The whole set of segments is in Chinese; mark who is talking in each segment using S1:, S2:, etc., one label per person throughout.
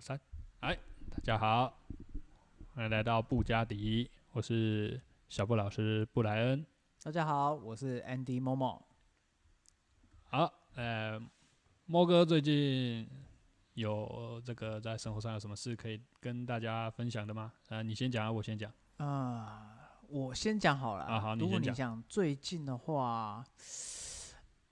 S1: 三，哎，大家好，欢迎来到布加迪，我是小布老师布莱恩。
S2: 大家好，我是 Andy Momo。
S1: 好，呃，猫哥最近有这个在生活上有什么事可以跟大家分享的吗？呃，你先讲，啊，我先讲。
S2: 啊、我先讲好了
S1: 啊好你
S2: 如果
S1: 先
S2: 你
S1: 讲
S2: 讲最近的话，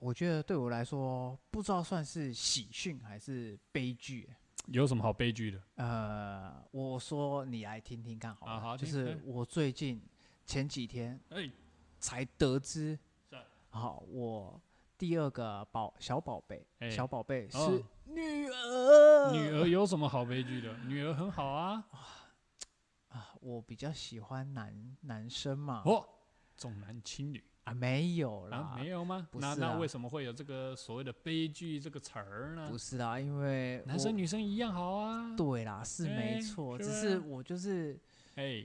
S2: 我觉得对我来说，不知道算是喜讯还是悲剧。
S1: 有什么好悲剧的？
S2: 呃，我说你来听听看好了，
S1: 啊好
S2: 就
S1: 听
S2: 是
S1: 嗯
S2: 我最近前几天
S1: 哎，
S2: 才得知
S1: 是啊，
S2: 好，我第二个宝小宝贝，
S1: 哎
S2: 小宝贝
S1: 哦
S2: 是女儿，
S1: 女儿有什么好悲剧的？女儿很好啊。
S2: 啊，我比较喜欢男男生嘛，
S1: 哦，重男轻女
S2: 啊，没有啦，
S1: 啊，没有吗？
S2: 不
S1: 那
S2: 是
S1: 那
S2: 啊
S1: 为什么会有这个所谓的悲剧这个词儿呢
S2: 不？是啦，因为
S1: 啊男生
S2: 我
S1: 女生一样好啊。
S2: 对啦，是
S1: 哎
S2: 没错，
S1: 是
S2: 只
S1: 吧
S2: 是我就是
S1: 哎，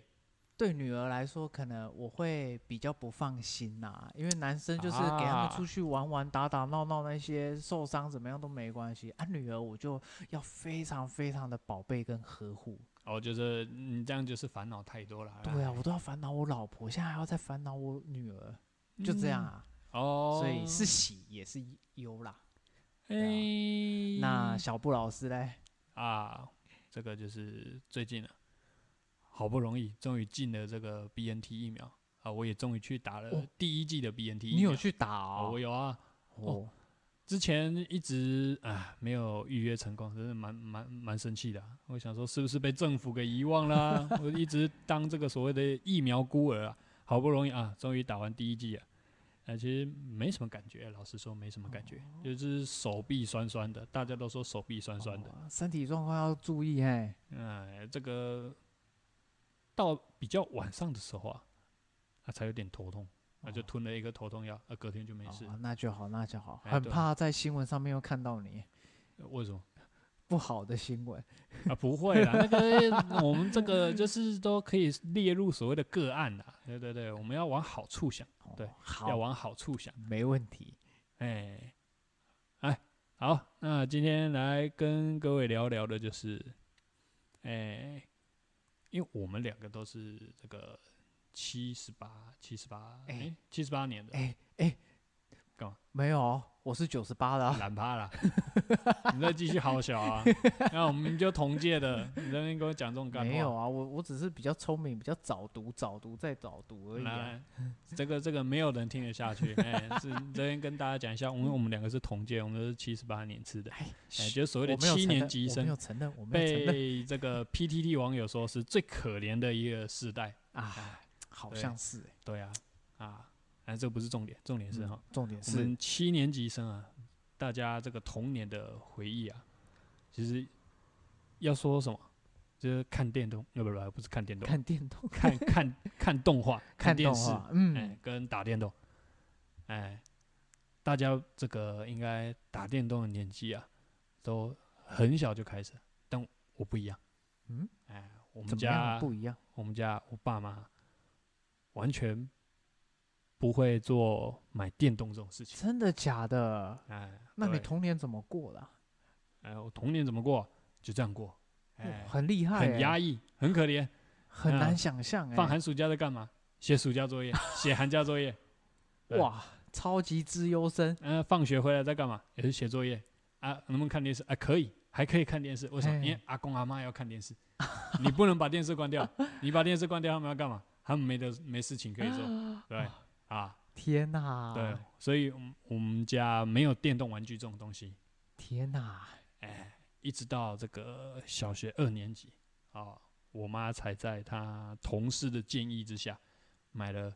S2: 对女儿来说，可能我会比较不放心啦，因为男生就是给他
S1: 啊
S2: 们出去玩玩、打打闹闹，那些受伤怎么样都没关系啊。女儿我就要非常非常的宝贝跟呵护。
S1: 哦，就是你这样就是烦恼太多了。
S2: 对啊，我都要烦恼我老婆，现在还要再烦恼我女儿，就这样啊。
S1: 嗯哦，
S2: 所以是喜也是忧啦。
S1: 哎，
S2: 那小布老师嘞？
S1: 啊，这个就是最近了，好不容易终于进了这个 BNT 疫苗啊，我也终于去打了
S2: 哦
S1: 第一季的 BNT 疫苗。
S2: 你有去打
S1: 啊？我
S2: 哦？
S1: 有啊，
S2: 哦，
S1: 之前一直啊没有预约成功，真是蛮蛮蛮生气的啊、我想说是不是被政府给遗忘啦、 我一直当这个所谓的疫苗孤儿啊，好不容易啊，终于打完第一剂啊。呃，其实没什么感觉，老实说没什么感觉，
S2: 哦
S1: 就是手臂酸酸的，大家都说手臂酸酸的，
S2: 哦身体状况要注意嘿。
S1: 哎，这个到比较晚上的时候啊，啊才有点头痛，啊就
S2: 哦
S1: 吞了一个头痛药，啊隔天就没事。
S2: 哦，那就好，那就好。
S1: 哎
S2: 很
S1: 对
S2: 怕在新闻上面又看到你
S1: 呃为什么？
S2: 不好的新闻。
S1: 啊不会啦，那个我们这个就是都可以列入所谓的个案啦。对对对，我们要往好处想，
S2: 哦
S1: 对
S2: 好
S1: 要，往好处想。
S2: 没问题。
S1: 哎，哎，好，那今天来跟各位聊聊的就是，哎，因为我们两个都是这个七十八、七十八，
S2: 哎
S1: 哎，七十八年的，
S2: 哎哎，
S1: 干嘛？
S2: 没有哦，我是九十八的啊。
S1: 懒趴 啦，你再继续好小啊，那我们就同届的，你在那边跟我讲这种干话，
S2: 没有啊，我我只是比较聪明，比较早读，早读再早读而已、啊。
S1: 来，哎这个这个没有人听得下 去，哎，是这边跟大家讲一下，因为我们两个是同届，我们都是七十八年次的，
S2: 哎，
S1: 哎，
S2: 嘘
S1: 就是所谓的
S2: 我没有
S1: 七
S2: 承认
S1: 年级
S2: 我
S1: 生
S2: 没有，承认，我没有承认
S1: 被这个 PTT 网友说是最可怜的一个世代。
S2: 啊，好
S1: 哎对
S2: 像是、哎
S1: 对啊，啊，哎，这不是重点，重点是哈，
S2: 重点
S1: 我
S2: 嗯是
S1: 们七年级生啊，大家这个童年的回忆啊，其实要说什么，就是看电动，呃，不不不是看电动，
S2: 看电动，
S1: 看看看动画，
S2: 看
S1: 电
S2: 动
S1: 视，
S2: 画，嗯，
S1: 哎，跟打电动，哎，大家这个应该打电动的年纪啊，都很小就开始，但我不一样，
S2: 嗯，
S1: 哎，我们
S2: 怎么样
S1: 家
S2: 不一样？
S1: 我们家我爸妈完全不会做买电动这种事情，
S2: 真的假的？
S1: 哎，
S2: 那你
S1: 对
S2: 童年怎么过的啊、
S1: 哎，我童年怎么过？就这样过，哎
S2: 哦，很厉害、
S1: 很
S2: 哎
S1: 压抑，很可怜，
S2: 很
S1: 嗯
S2: 难想象、哎。
S1: 放寒暑假在干嘛？写暑假作 业，写寒假作业，对
S2: 哇，超级资优生，
S1: 呃，放学回来在干嘛？也是写作业啊？能不能看电视啊？可以，还可以看电视。为什么？
S2: 嘿
S1: 因为阿公阿妈要看电视， 你不能把电视关 掉。你把电视关掉，他们要干嘛？他们没得没事情可 以做，对啊，
S2: 天哪、
S1: 对，，所以我们我们家没有电动玩具这种东西，
S2: 天哪、
S1: 哎，一直到这个小学二年级啊，我妈才在她同事的建议之下，买了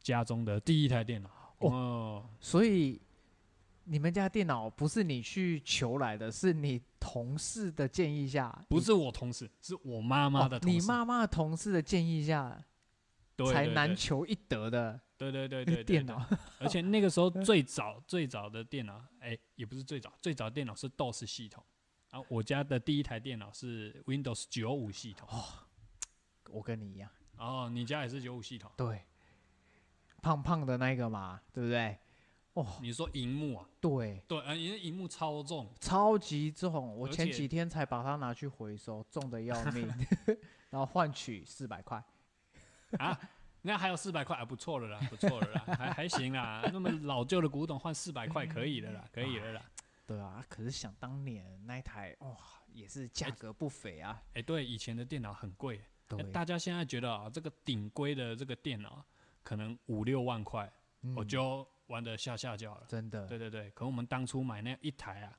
S1: 家中的第一台电脑。哦，
S2: 所以你们家电脑不是你去求来的，是你同事的建议下，
S1: 不
S2: 你
S1: 是我同事，是我妈妈的
S2: 哦
S1: 同事。
S2: 你妈妈的同事的建议下
S1: 对
S2: 才
S1: 对
S2: 难
S1: 对
S2: 求一得的
S1: 对对对对，对
S2: 电脑。。嗯
S1: 对而且那个时候最早最早的电脑，哎，也不是最早，最早电脑是 DOS 系统。然后我家的第一台电脑是 Windows 九五系统。
S2: 哦我跟你一样，
S1: 哦，你家也是九五系统？
S2: 对，胖胖的那个嘛，对不对？哦，
S1: 你说荧幕啊？
S2: 对，
S1: 对啊，因为荧幕超重，
S2: 超级重，我
S1: 而
S2: 前
S1: 且
S2: 几天才把它拿去回收，重的要 命，然后换取四百块。
S1: 那还有四百块啊，不错了啦，不错了啦，还 还行啦。那么老旧的古董换四百块可以的啦，可以的啦。
S2: 对啊，可是想当年那一台哇、也是价格不菲啊。呃
S1: 哎、对，以前的电脑很贵，哎
S2: 对，
S1: 大家现在觉得啊，这个顶规的这个电脑可能五六万块，
S2: 嗯
S1: 我就玩的下下焦了。
S2: 真的
S1: 对对对，可我们当初买那一台啊，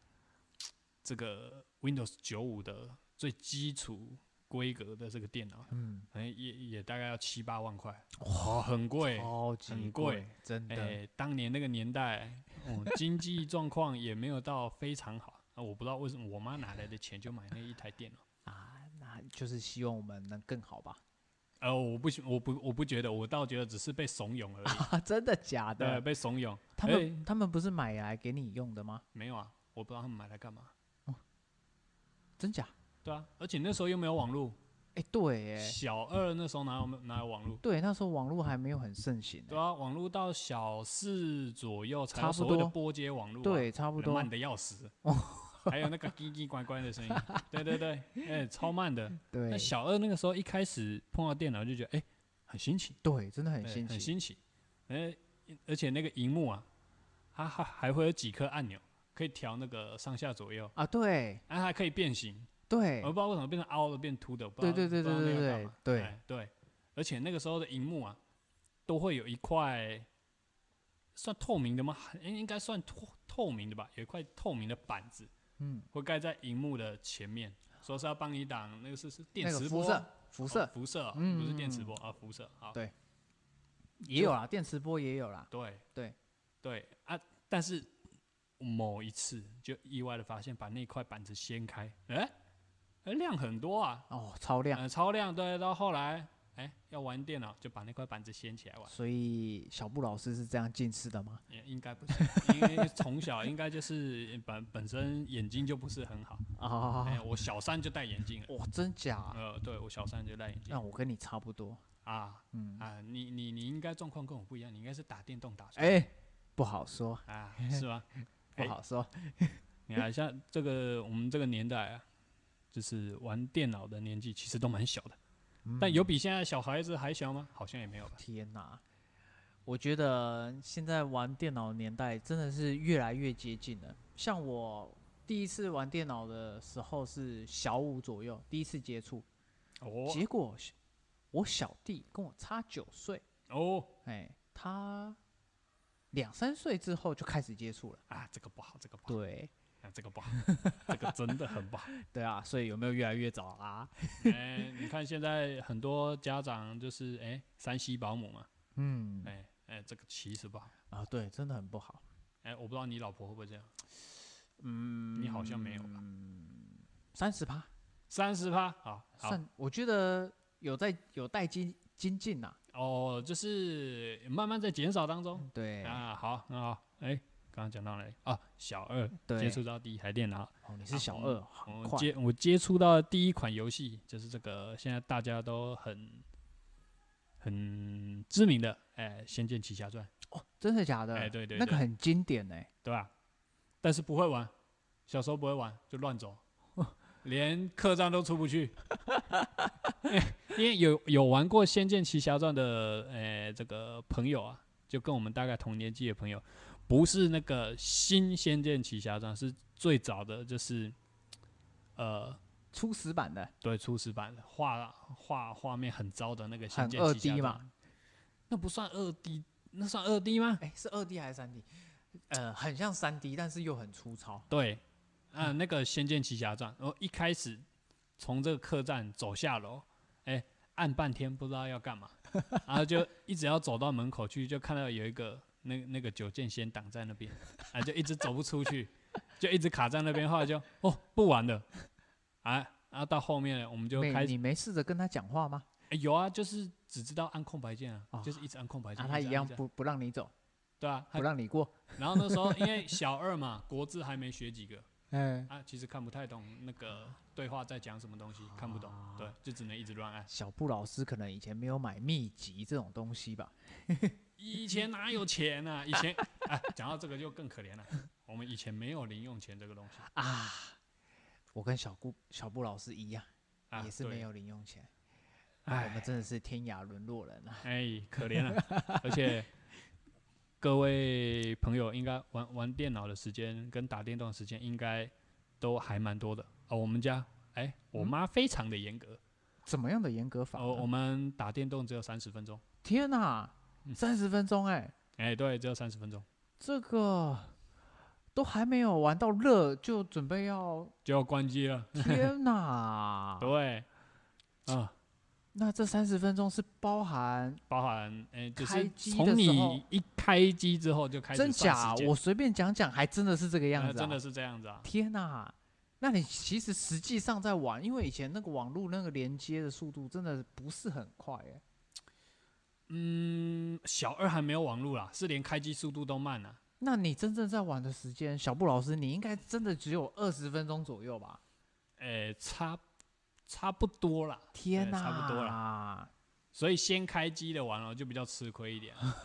S1: 这个 Windows 九五的最基础规格的这个电脑，
S2: 嗯，
S1: 哎、也也大概要七八万块，哇，很贵。
S2: 超级
S1: 很
S2: 贵
S1: 贵，
S2: 真
S1: 哎、
S2: 的。
S1: 当年那个年代，嗯，经济状况也没有到非常好。 啊，我不知道为什么我妈哪来的钱就买那一台电脑。
S2: 啊，那就是希望我们能更好吧？
S1: 呃，我不喜，我不，我不觉得，我倒觉得只是被怂恿而已。
S2: 啊，真的假
S1: 对，
S2: 的？
S1: 被怂恿。
S2: 他们、
S1: 哎
S2: 他们不是买来给你用的吗？
S1: 没有啊，我不知道他们买来干嘛。
S2: 真假？
S1: 对啊，而且那时候又没有网络，
S2: 哎、对，哎，
S1: 小二那时候哪有哪有网络？
S2: 对，那时候网络还没有很盛行、
S1: 对啊，网络到小四左右才
S2: 差
S1: 有
S2: 不
S1: 所谓的
S2: 多
S1: 波接网络、啊，
S2: 欸对，，差不多哦
S1: 慢。的要死。 还有那个叽叽呱呱的声 音，对对对，哎、超慢的。那
S2: 对，
S1: 小二那个时候一开始碰到电脑就觉得哎、很新奇，
S2: 对，真的很
S1: 对
S2: 新
S1: 很
S2: 奇。
S1: 新奇。哎、而且那个荧幕啊，它还还会有几颗按钮，可以调那个上下左右，
S2: 啊，对
S1: 啊，还可以变形。
S2: 对
S1: 我不知道为什么变成凹的变凸的，我不知
S2: 对
S1: 道
S2: 对对
S1: 不知道
S2: 对
S1: 那
S2: 对
S1: 要干嘛
S2: 对
S1: 哎对，而且那个时候的荧幕啊，都会有一块算透明的吗？应应该算透透明的吧，有一块透明的板子
S2: 嗯，
S1: 会盖在荧幕的前面，说是要帮你挡那个是是电
S2: 那个
S1: 磁
S2: 辐
S1: 波
S2: 射，辐
S1: 哦
S2: 射
S1: 辐射哦，
S2: 嗯
S1: 不是电
S2: 嗯
S1: 磁
S2: 嗯
S1: 波啊，辐射啊，
S2: 对也有啦，电磁波也有啦。
S1: 对
S2: 对
S1: 对啊，但是某一次就意外的发现，把那块板子掀开，哎、哎亮很多啊，
S2: 哦，超亮。
S1: 呃，超亮，对，到后来，哎、要玩电脑就把那块板子掀起来玩，
S2: 所以小布老师是这样近视的吗？
S1: 也应该不是，因为从小应该就是本本身眼睛就不是很好，哎、
S2: 啊，
S1: 我小三就戴眼镜了，
S2: 哇，真假？啊
S1: 呃，对我小三就戴眼镜
S2: 那我跟你差不多。
S1: 啊
S2: 哦嗯，
S1: 啊，你你你应该状况跟我不一样，你应该是打电动打出来
S2: 哎，不好说，
S1: 啊，是吗？
S2: 不
S1: 哎
S2: 好说。
S1: 你看像这个我们这个年代啊，就是玩电脑的年纪其实都蛮小的，
S2: 嗯
S1: 但有比现在小孩子还小吗？好像也没有吧。
S2: 天哪！我觉得现在玩电脑的年代真的是越来越接近了。像我第一次玩电脑的时候是小五左右，第一次接触，
S1: 哦
S2: 结果小我小弟跟我差九岁，
S1: 哦
S2: 哎，他两三岁之后就开始接触了。
S1: 啊，这个不好，这个不好。
S2: 对
S1: 啊，这个不好，这个真的很不好。
S2: 对啊，所以有没有越来越早啊？
S1: 哎、你看现在很多家长就是哎、山西保姆嘛，
S2: 嗯
S1: 哎、哎、这个其实不好。
S2: 啊，对，真的很不好。
S1: 哎、我不知道你老婆会不会这样，
S2: 嗯，
S1: 你好像没有吧？
S2: 三十趴
S1: 三十趴，好，好，
S2: 算，我觉得有在有待精精进呐、
S1: 哦，就是慢慢在减少当中。
S2: 对
S1: 啊，好，很好。哎、刚刚讲到哪里啊？小二
S2: 对，
S1: 接触到第一台电脑，
S2: 哦，你是
S1: 啊
S2: 小
S1: 我
S2: 二，很
S1: 我
S2: 快，
S1: 接我接触到的第一款游戏就是这个，现在大家都很很知名的，哎、仙剑奇侠传》。
S2: 真的假的？
S1: 哎对对
S2: 那个
S1: 对
S2: 很经典哎、
S1: 对吧？但是不会玩，小时候不会玩就乱走， 连客栈都出不去。 因为因为有有玩过《仙剑奇侠传》的呃这个朋友啊，就跟我们大概同年纪的朋友，不是那个新《仙剑奇侠传》，是最早的就是呃
S2: 初始版的，
S1: 对初始版的画画画面很糟的那个《仙
S2: 很
S1: 剑
S2: 二
S1: 奇侠
S2: D
S1: 传》
S2: 嘛，
S1: 那不算二 D，那算二 D 吗？
S2: 哎、是二 D 还是三 D？呃，很像三 D，但是又很粗糙。
S1: 对，啊，那个《仙剑奇侠传》，然后一开始从这个客栈走下楼，哎，按半天不知道要干 嘛，然后就一直要走到门口去，就看到有一个那那个九剑仙挡在那边，啊，就一直走不出去， 就一直卡在那边，后来就哦不玩了，啊，然后到后面呢我们就
S2: 没，
S1: 开始、
S2: 你没试着跟他讲话吗？
S1: 哎有啊，就是只知道按空白键啊，
S2: 哦
S1: 就是一直按空白键，
S2: 啊，他
S1: 直
S2: 一
S1: 按
S2: 样
S1: 直按
S2: 不不让你走，
S1: 对啊，他
S2: 不让你过。
S1: 然后那时候因为小二嘛，国字还没学几个。
S2: 嗯，
S1: 啊，其实看不太懂那个对话在讲什么东西，
S2: 啊
S1: 看不懂，对，就只能一直乱 按。
S2: 小布老师可能以前没有买秘籍这种东西吧？
S1: 以前哪有钱啊？以前哎，讲到这个就更可怜了，我们以前没有零用钱这个东西
S2: 啊，我跟小顾小布老师一样，
S1: 啊，
S2: 也是
S1: 对
S2: 没。有零用钱，我
S1: 哎
S2: 们真的是天涯沦落人啊！
S1: 哎，可怜了，而且各位朋友应该玩玩电脑的时间跟打电动的时间应该都还蛮多的哦。我们家哎，我妈非常的严格，
S2: 怎么样的严格法呢？
S1: 哦，我们打电动只有三十分钟，
S2: 天哪、
S1: 嗯
S2: 三十分钟哎、
S1: 哎，对，只有三十分钟，
S2: 这个都还没有玩到热，就准 备要
S1: 就要关机了。
S2: 天哪、
S1: 对，啊，
S2: 那这三十分钟是包含
S1: 包含哎，就
S2: 开
S1: 是
S2: 机的
S1: 从
S2: 时
S1: 你
S2: 候
S1: 一开机之后就开始
S2: 真
S1: 算
S2: 假啊
S1: 时？间
S2: 我随便讲讲，还真的是这个样
S1: 呃
S2: 子、啊
S1: 真的是这样子啊。
S2: 天呐、那你其实实际上在玩，因为以前那个网络那个连接的速度真的不是很快哎、
S1: 嗯，小二还没有网络啦，是连开机速度都慢啊。
S2: 那你真正在玩的时间，小布老师，你应该真的只有二十分钟左右吧？
S1: 诶，差差不多啦，
S2: 天呐、
S1: 对差不多
S2: 啦。
S1: 所以先开机的玩了就比较吃亏一点。啊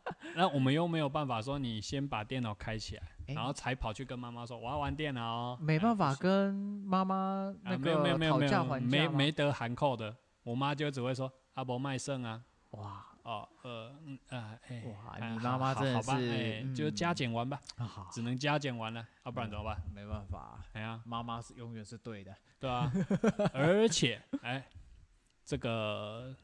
S1: 那我们又没有办法说你先把电脑开起来，
S2: 哎
S1: 然后才跑去跟妈妈说我要玩电脑哦、
S2: 没办
S1: 哎
S2: 法
S1: 不行
S2: 跟妈妈那
S1: 啊没有没有没
S2: 个
S1: 有
S2: 讨
S1: 没
S2: 价
S1: 有
S2: 还
S1: 没
S2: 价吗
S1: 没得含扣的，我妈就只会说阿伯卖肾啊，
S2: 哇
S1: 哦呃嗯啊哎
S2: 哇
S1: 哎
S2: 你
S1: 好
S2: 妈妈
S1: 好
S2: 真的
S1: 好吧
S2: 是
S1: 哎就加
S2: 嗯
S1: 减玩吧，
S2: 啊，
S1: 只能加减玩了，要、不然怎么办？
S2: 没办法，
S1: 哎呀、
S2: 妈妈是永远是对的。
S1: 对啊， 而且哎，这个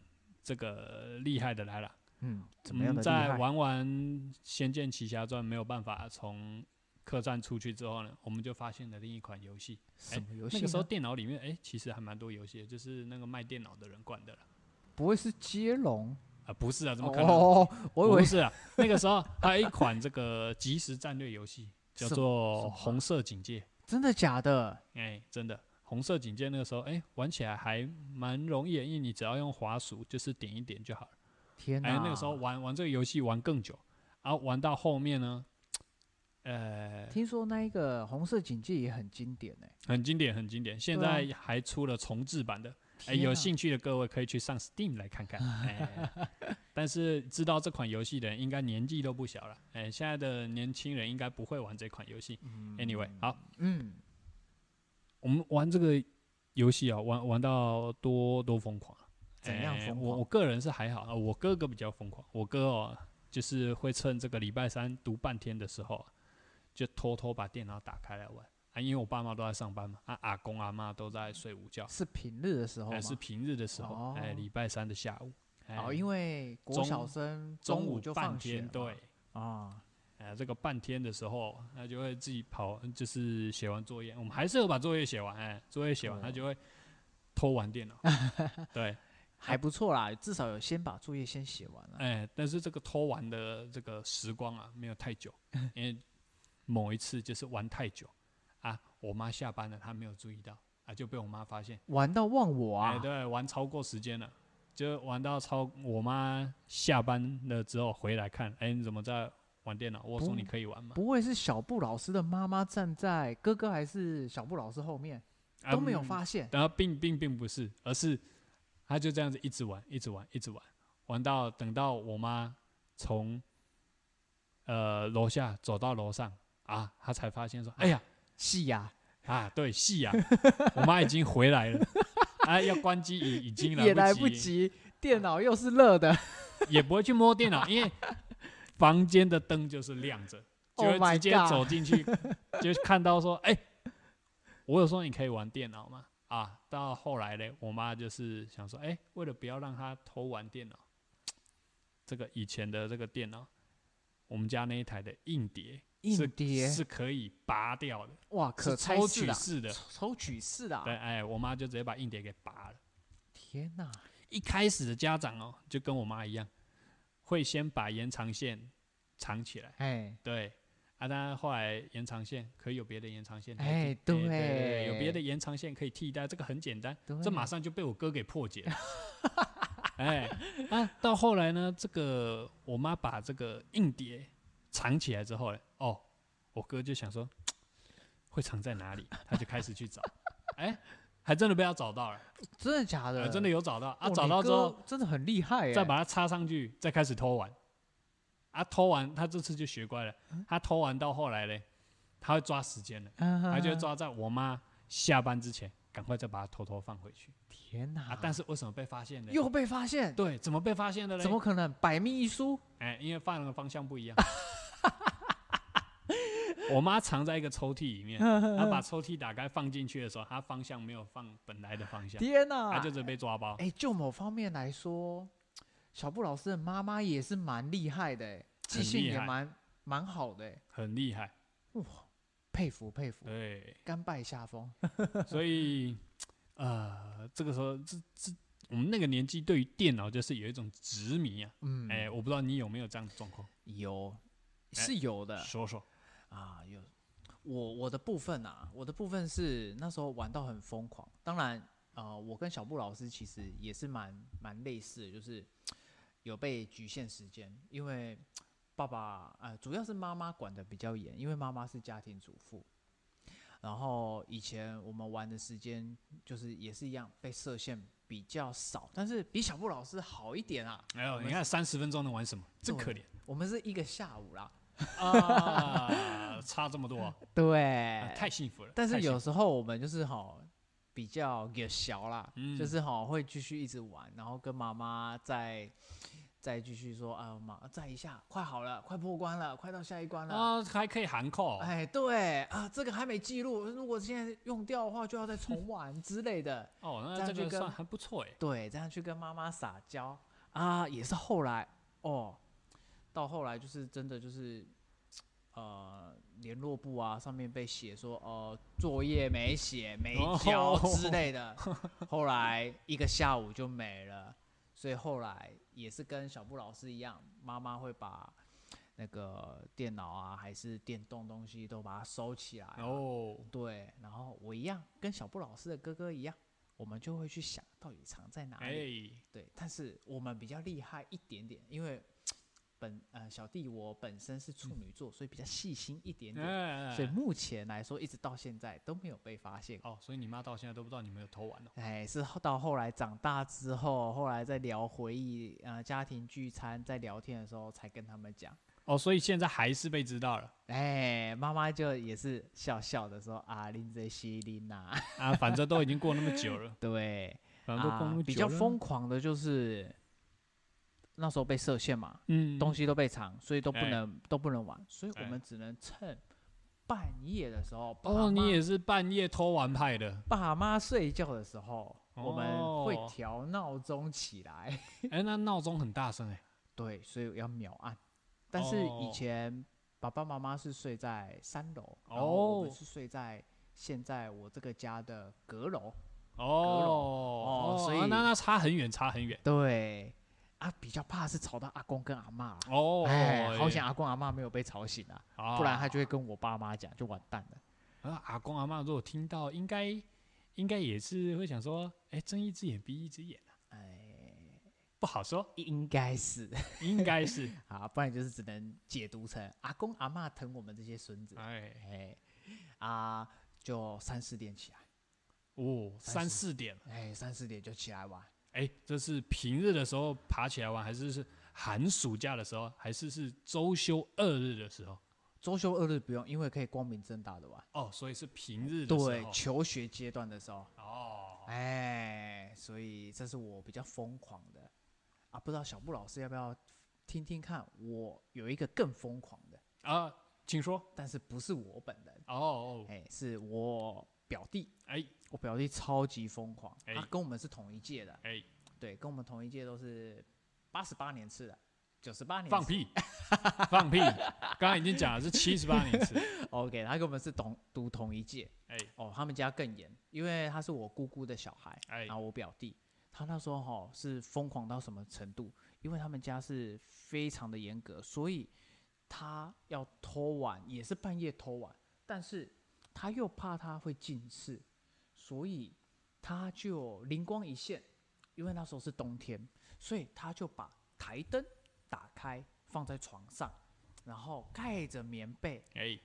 S1: 这个厉害的来了，
S2: 嗯，怎
S1: 我
S2: 么样
S1: 们
S2: 的厉
S1: 在
S2: 害？
S1: 玩完《仙剑奇侠传》没有办法从客栈出去之后呢，我们就发现了另一款游戏。
S2: 什么游戏
S1: 哎那
S2: 呢？
S1: 个时候电脑里面哎，其实还蛮多游戏的，就是那个卖电脑的人管的了。
S2: 不会是接龙？
S1: 啊，不是啊，怎么可能？
S2: 哦，我以
S1: 不
S2: 为
S1: 是啊，那个时候还有一款这个即时战略游戏，叫
S2: 什
S1: 做
S2: 什
S1: 《
S2: 么啊
S1: 红色警戒》。
S2: 真的假的？
S1: 哎、真的，红色警戒那个时候，哎、玩起来还蛮容易的，因为你只要用滑鼠，就是点一点就好了。
S2: 天哪！
S1: 哎、那个时候玩玩这个游戏玩更久，然、后玩到后面呢，呃，
S2: 听说那一个红色警戒也很经典哎、
S1: 很经典，很经典，现
S2: 对啊
S1: 在还出了重制版的。哎、
S2: 天
S1: 有
S2: 哪
S1: 兴趣的各位可以去上 Steam 来 看看。哎但是知道这款游戏的人应该年纪都不小了。哎、现在的年轻人应该不会玩这款游戏。Anyway，好，
S2: 嗯，
S1: 我们玩这个游戏啊，玩玩到多多疯狂啊。
S2: 怎样
S1: 哎
S2: 疯
S1: 我
S2: 狂
S1: 我个人是还好啊，我哥哥比较疯狂。我哥哦，就是会趁这个礼拜三读半天的时候啊、就偷偷把电脑打开来玩啊。因为我爸妈都在上班嘛，啊，阿公阿妈都在睡午觉，
S2: 是平日的时候
S1: 还
S2: 哦吗？
S1: 哎是平日的时候，哎，
S2: 哦
S1: 礼拜三的下午，哎，
S2: 哦，因为国
S1: 中
S2: 小生
S1: 中
S2: 午
S1: 午
S2: 就
S1: 半
S2: 放学
S1: 天
S2: 嘛
S1: 对。
S2: 啊，
S1: 哎，这个半天的时候，他就会自己跑，就是写完作业，我们还是有把作业写完，哎，作业写完，他
S2: 哦
S1: 就会偷玩电 脑，对，
S2: 还不错啦，至少有先把作业先写完了。
S1: 哎，但是这个偷玩的这个时光啊，没有太久，因为某一次就是玩太久啊，我妈下班了，她没有注意到啊，就被我妈发现，
S2: 玩到忘我
S1: 哎，
S2: 啊！
S1: 对，玩超过时间了，就玩到超，我妈下班了之后回来看，哎，你怎么在玩电脑？我说
S2: 不
S1: 你可以玩吗？
S2: 不会是小布老师的妈妈站在哥哥还是小布老师后面
S1: 啊
S2: 都没有
S1: 嗯
S2: 发现？
S1: 然后并并并不是，而是他就这样子一直玩，一直玩，一直玩，玩到等到我妈从呃楼下走到楼上啊，他才发现说，哎呀
S2: 是呀，
S1: 啊，对，戏呀、我妈已经回来 了，啊，要关机已已经
S2: 也来
S1: 不
S2: 不，及，电脑又是热的。
S1: 也不会去摸电脑，因为房间的灯就是亮着，就
S2: Oh
S1: 会
S2: my
S1: 直接
S2: god
S1: 走进 去，就看到说，哎、我有说你可以玩电脑吗？啊，到后来嘞，我妈就是想说，哎、为了不要让她偷玩电脑，这个以前的这个电脑，我们家那一台的硬碟是，
S2: 硬碟
S1: 是可以拔掉的，
S2: 哇，可
S1: 是
S2: 拆
S1: 抽
S2: 式
S1: 取
S2: 的啊，
S1: 式的。
S2: 抽抽取式的啊。
S1: 对，哎，我妈就直接把硬碟给拔了。
S2: 天哪！
S1: 一开始的家长哦，就跟我妈一样，会先把延长线藏起来。
S2: 哎，
S1: 对，啊，当然后来延长线可以有别的延长线代替。
S2: 哎
S1: 对对，
S2: 对
S1: 有别的延长线可以替代，这个很简单。
S2: 对
S1: 这马上就被我哥给破 解了。哎，啊，到后来呢，这个我妈把这个硬碟藏起来之后呢，哦，我哥就想说会藏在哪里，他就开始去找，哎，还真的被他找到了，
S2: 真的假
S1: 呃
S2: 的？
S1: 真的有找到啊，
S2: 哇
S1: 找
S2: 你
S1: 到之
S2: 哥
S1: 后
S2: 真的很厉害哎。
S1: 再把它插上去，再开始偷玩。啊，偷玩他这次就学乖了，
S2: 嗯
S1: 他偷玩到后来嘞，他会抓时间的，他
S2: 他
S1: 就会抓在我妈下班之前，赶快再把它偷偷放回去
S2: 天哪、
S1: 啊。但是为什么被发现呢？
S2: 又被发现，
S1: 对，怎么被发现的嘞？
S2: 怎么可能？百密一疏，
S1: 哎，因为犯人的方向不一样。 我妈藏在一个抽屉里 面，
S2: 嗯
S1: 她把抽屉打开放进去的时候，她方向没有放本来的方向，
S2: 天哪、
S1: 她啊就是被抓包。
S2: 哎、就某方面来说，小布老师的妈妈也是蛮厉害的、哎，记
S1: 很
S2: 性
S1: 厉
S2: 也
S1: 害
S2: 蛮蛮好的、哎，
S1: 很厉害。
S2: 佩服佩服，
S1: 对，
S2: 甘拜下风。
S1: 所以呃，这个时候这这我们那个年纪对于电脑就是有一种执迷啊。
S2: 嗯，
S1: 哎、我不知道你有没有这样的状况，
S2: 有
S1: 哎
S2: 是有的、
S1: 说说。
S2: 啊，有我我的部分啊，我的部分是那时候玩到很疯狂。当然，呃，我跟小布老师其实也是蛮蛮类似的，就是有被局限时间，因为爸爸呃主要是妈妈管的比较严，因为妈妈是家庭主妇。然后以前我们玩的时间就是也是一样被设限比较少，但是比小布老师好一点啊。
S1: 哎呦，你看三十分钟能玩什么？真可怜
S2: 我们是一个下午啦，
S1: 啊，差这么多、 啊
S2: 对
S1: 啊太幸福了。
S2: 哎但
S1: 太
S2: 是
S1: 幸
S2: 有
S1: 福
S2: 时候我们就是好比较有小啦，
S1: 嗯
S2: 就是好会继续一直玩，然后跟妈妈再再继续说啊妈再一下，快好了，快破关了，快到下一关了。
S1: 啊，还可以喊扣。
S2: 哎，对啊，这个还没记录，如果现在用掉的话，就要再重玩之类的。
S1: 哦，
S2: 这
S1: 那
S2: 样
S1: 这
S2: 去
S1: 个
S2: 跟
S1: 算还不错哎、
S2: 对，这样去跟妈妈撒娇啊，也是后来哦，到后来就是真的就是，呃，联络簿啊上面被写说哦、作业没写没交之类的，后来一个下午就没了，所以后来也是跟小布老师一样，妈妈会把。那个电脑啊，还是电动东西都把它收起来啊、
S1: 哦，
S2: 对，然后我一样跟小布老师的哥哥一样，我们就会去想到底藏在哪
S1: 哎、
S2: 里。对，但是我们比较厉害一点点，因为本呃小弟我本身是处女座，所以比较细心一点点，
S1: 哎
S2: 所以目前来说一直到现在都没有被发现。
S1: 哦，所以你妈到现在都不知道你们有偷玩哦。
S2: 哎，是后到后来长大之后，后来在聊回忆，呃，家庭聚餐在聊天的时候才跟他们讲。
S1: 哦，所以现在还是被知道了
S2: 哎，妈妈就也是笑笑的说啊，林这西林呐，，
S1: 啊，反正都已经过那么久了
S2: 对，
S1: 反正都过那么久了、
S2: 啊比较疯，狂的就是那时候被设限嘛，
S1: 嗯，
S2: 东西都被藏，所以都不
S1: 哎
S2: 能、都不能玩，所以我
S1: 哎
S2: 们只能趁半夜的时候，爸妈
S1: 哦，你也是半夜偷玩派 的，
S2: 爸妈睡觉的时候，我们
S1: 哦
S2: 会调闹钟起 来，
S1: 哎、那闹钟很大声哎、
S2: 对，所以要秒按。但是
S1: 哦
S2: 以前爸爸妈妈是睡在三楼，然后我们
S1: 哦
S2: 是睡在现在我这个家的阁楼，楼
S1: 哦
S2: 哦所以
S1: 啊那那差很远，差很远
S2: 对。啊，比较怕是吵到阿公跟阿妈、
S1: 哦，
S2: 哎，好想阿公阿妈没有被吵醒啊，
S1: 啊
S2: 不然他就会跟我爸妈讲，就完蛋了。
S1: 啊，阿公阿妈如果听到，应该应该也是会想说，哎、睁一只眼闭一只眼啊，
S2: 哎，
S1: 不好说，
S2: 应该是
S1: 应该是，
S2: 啊，不然就是只能解读成阿公阿妈疼我们这些孙 子。
S1: 哎，
S2: 哎，啊，就三四点起来，
S1: 哦，三
S2: 三
S1: 四点了，
S2: 哎，三四点就起来玩。
S1: 哎，这是平日的时候爬起来玩，还是是寒暑假的时候，还是是周休二日的时候？
S2: 周休二日不用，因为可以光明正大的玩。
S1: 哦，所以是平日的时
S2: 对，
S1: 候。
S2: 求学阶段的时候，
S1: 哦，
S2: 哎，所以这是我比较疯狂的啊，不知道小布老师要不要听听看？我有一个更疯狂的。
S1: 啊，请说。
S2: 但是不是我本人，
S1: 哦哦，
S2: 哎、是我表弟。
S1: 哎
S2: 我表弟超级疯狂，
S1: 哎
S2: 他跟我们是同一届的，
S1: 哎，
S2: 对，跟我们同一届都是八十八年次的，九十八年
S1: 放
S2: 次
S1: 屁，放屁！刚才已经讲了是七十八年次。
S2: OK，他跟我们是同读同一届
S1: 哎
S2: 哦，他们家更严，因为他是我姑姑的小孩，
S1: 哎
S2: 然后我表弟，他那时候哈、是疯狂到什么程度？因为他们家是非常的严格，所以他要偷玩也是半夜偷玩，但是他又怕他会近视，所以他就灵光一现，因为那时候是冬天，所以他就把台灯打开放在床上，然后盖着棉被，
S1: 哎，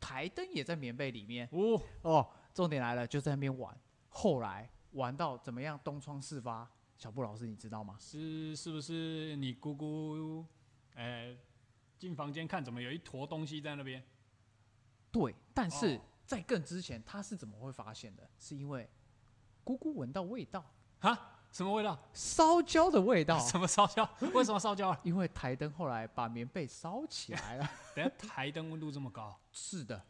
S2: 台灯也在棉被里面。
S1: 哦，
S2: 哦，重点来了，就在那边玩。后来玩到怎么样东窗事发，小布老师你知道吗？
S1: 是是不是你姑姑？哎，进房间看，怎么有一坨东西在那边？
S2: 对，但是
S1: 哦
S2: 在更之前，他是怎么会发现的？是因为姑姑闻到味道，
S1: 哈，什么味道？
S2: 烧焦的味道。
S1: 什么 烧焦？为什么烧焦了？
S2: 因为台灯后来把棉被烧起 来了，
S1: 等下台灯温度这么高，
S2: 是的，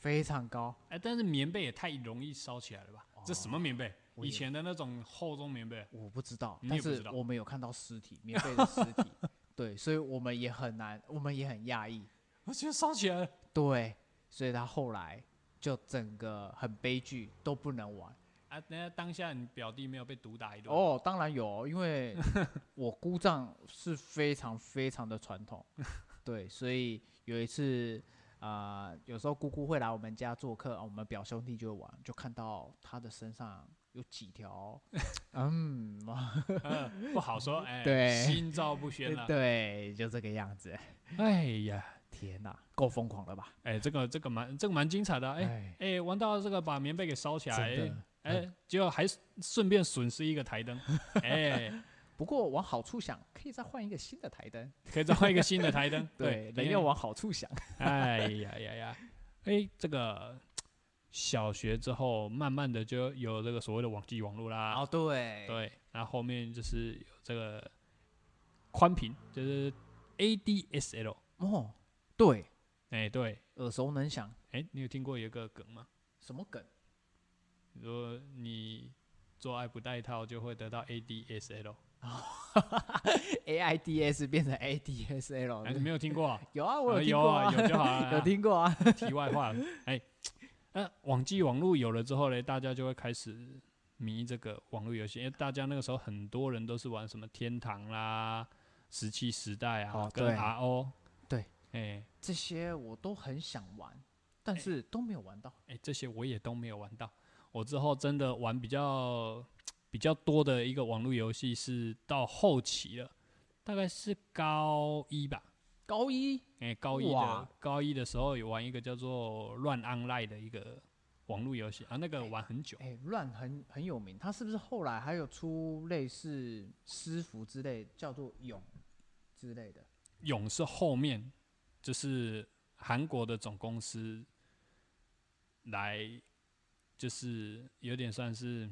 S2: 非常高。
S1: 哎，但是棉被也太容易烧起来了吧？这什么棉被？
S2: 我
S1: 以
S2: 也
S1: 前的那种厚重棉被。
S2: 我不知道，
S1: 你
S2: 但
S1: 也不
S2: 是
S1: 知道
S2: 我们有看到尸体，棉被的尸体， 对，所以我们也很难，我们也很讶异，
S1: 我觉得烧起来了。
S2: 对，所以他后来就整个很悲剧，都不能玩。
S1: 啊，等下当下你表弟没有被毒打一顿？
S2: 哦，当然有哦，因为我姑丈是非常非常的传统，对，所以有一次啊、有时候姑姑会来我们家做客，啊我们表兄弟就会玩，就看到他的身上有几条，嗯，哇
S1: 嗯， 不好 说，哎，
S2: 对
S1: 心照不宣了。
S2: 对，就这个样子。
S1: 哎呀，
S2: 天哪，够疯狂了吧？
S1: 哎，这个这个蛮这个蛮精彩的啊，哎
S2: 哎，
S1: 哎，玩到这个把棉被给烧起来
S2: 真的，
S1: 哎，哎结果还顺便损失一个台 灯，哎，
S2: 不过往好处想，可以再换一个新的台灯。
S1: 可以再换一个新的台 灯。
S2: 人要往好处想。
S1: 哎呀呀呀！哎，这个小学之后，慢慢的就有这个所谓的网际网络啦。
S2: 哦，对，
S1: 啊对，然后后面就是有这个宽频，就是 ADSL。
S2: 哦，对，
S1: 哎，对，
S2: 耳熟能详。
S1: 哎，你有听过有一个梗吗？
S2: 什么梗？
S1: 如果你做爱不戴套，就会得到 ADSL。
S2: 哦 AIDS 变成 ADSL，
S1: 哎，你没有听过啊？
S2: 有啊， 我有
S1: 啊
S2: 听
S1: 有啊，有
S2: 过
S1: 就好了。
S2: 有听过啊。
S1: 题外话，哎，那网际网络有了之后呢，大家就会开始迷这个网络游戏，因为大家那个时候很多人都是玩什么天堂啦、石器时代啊，
S2: 哦
S1: 跟
S2: 对
S1: RO，
S2: 对，
S1: 哎
S2: 这些我都很想玩，但是都没有玩到。
S1: 哎，这些我也都没有玩到。我之后真的玩比较比较多的一个网络游戏是到后期了，大概是高一吧。
S2: 高一
S1: 哎、高一的
S2: 哇
S1: 高一的时候有玩一个叫做《乱 online》的一个网络游戏啊，那个玩很久。
S2: 哎，乱很很有名，他是不是后来还有出类似私服之类，叫做勇之类的？
S1: 勇是后面，就是韩国的总公司来，就是有点算是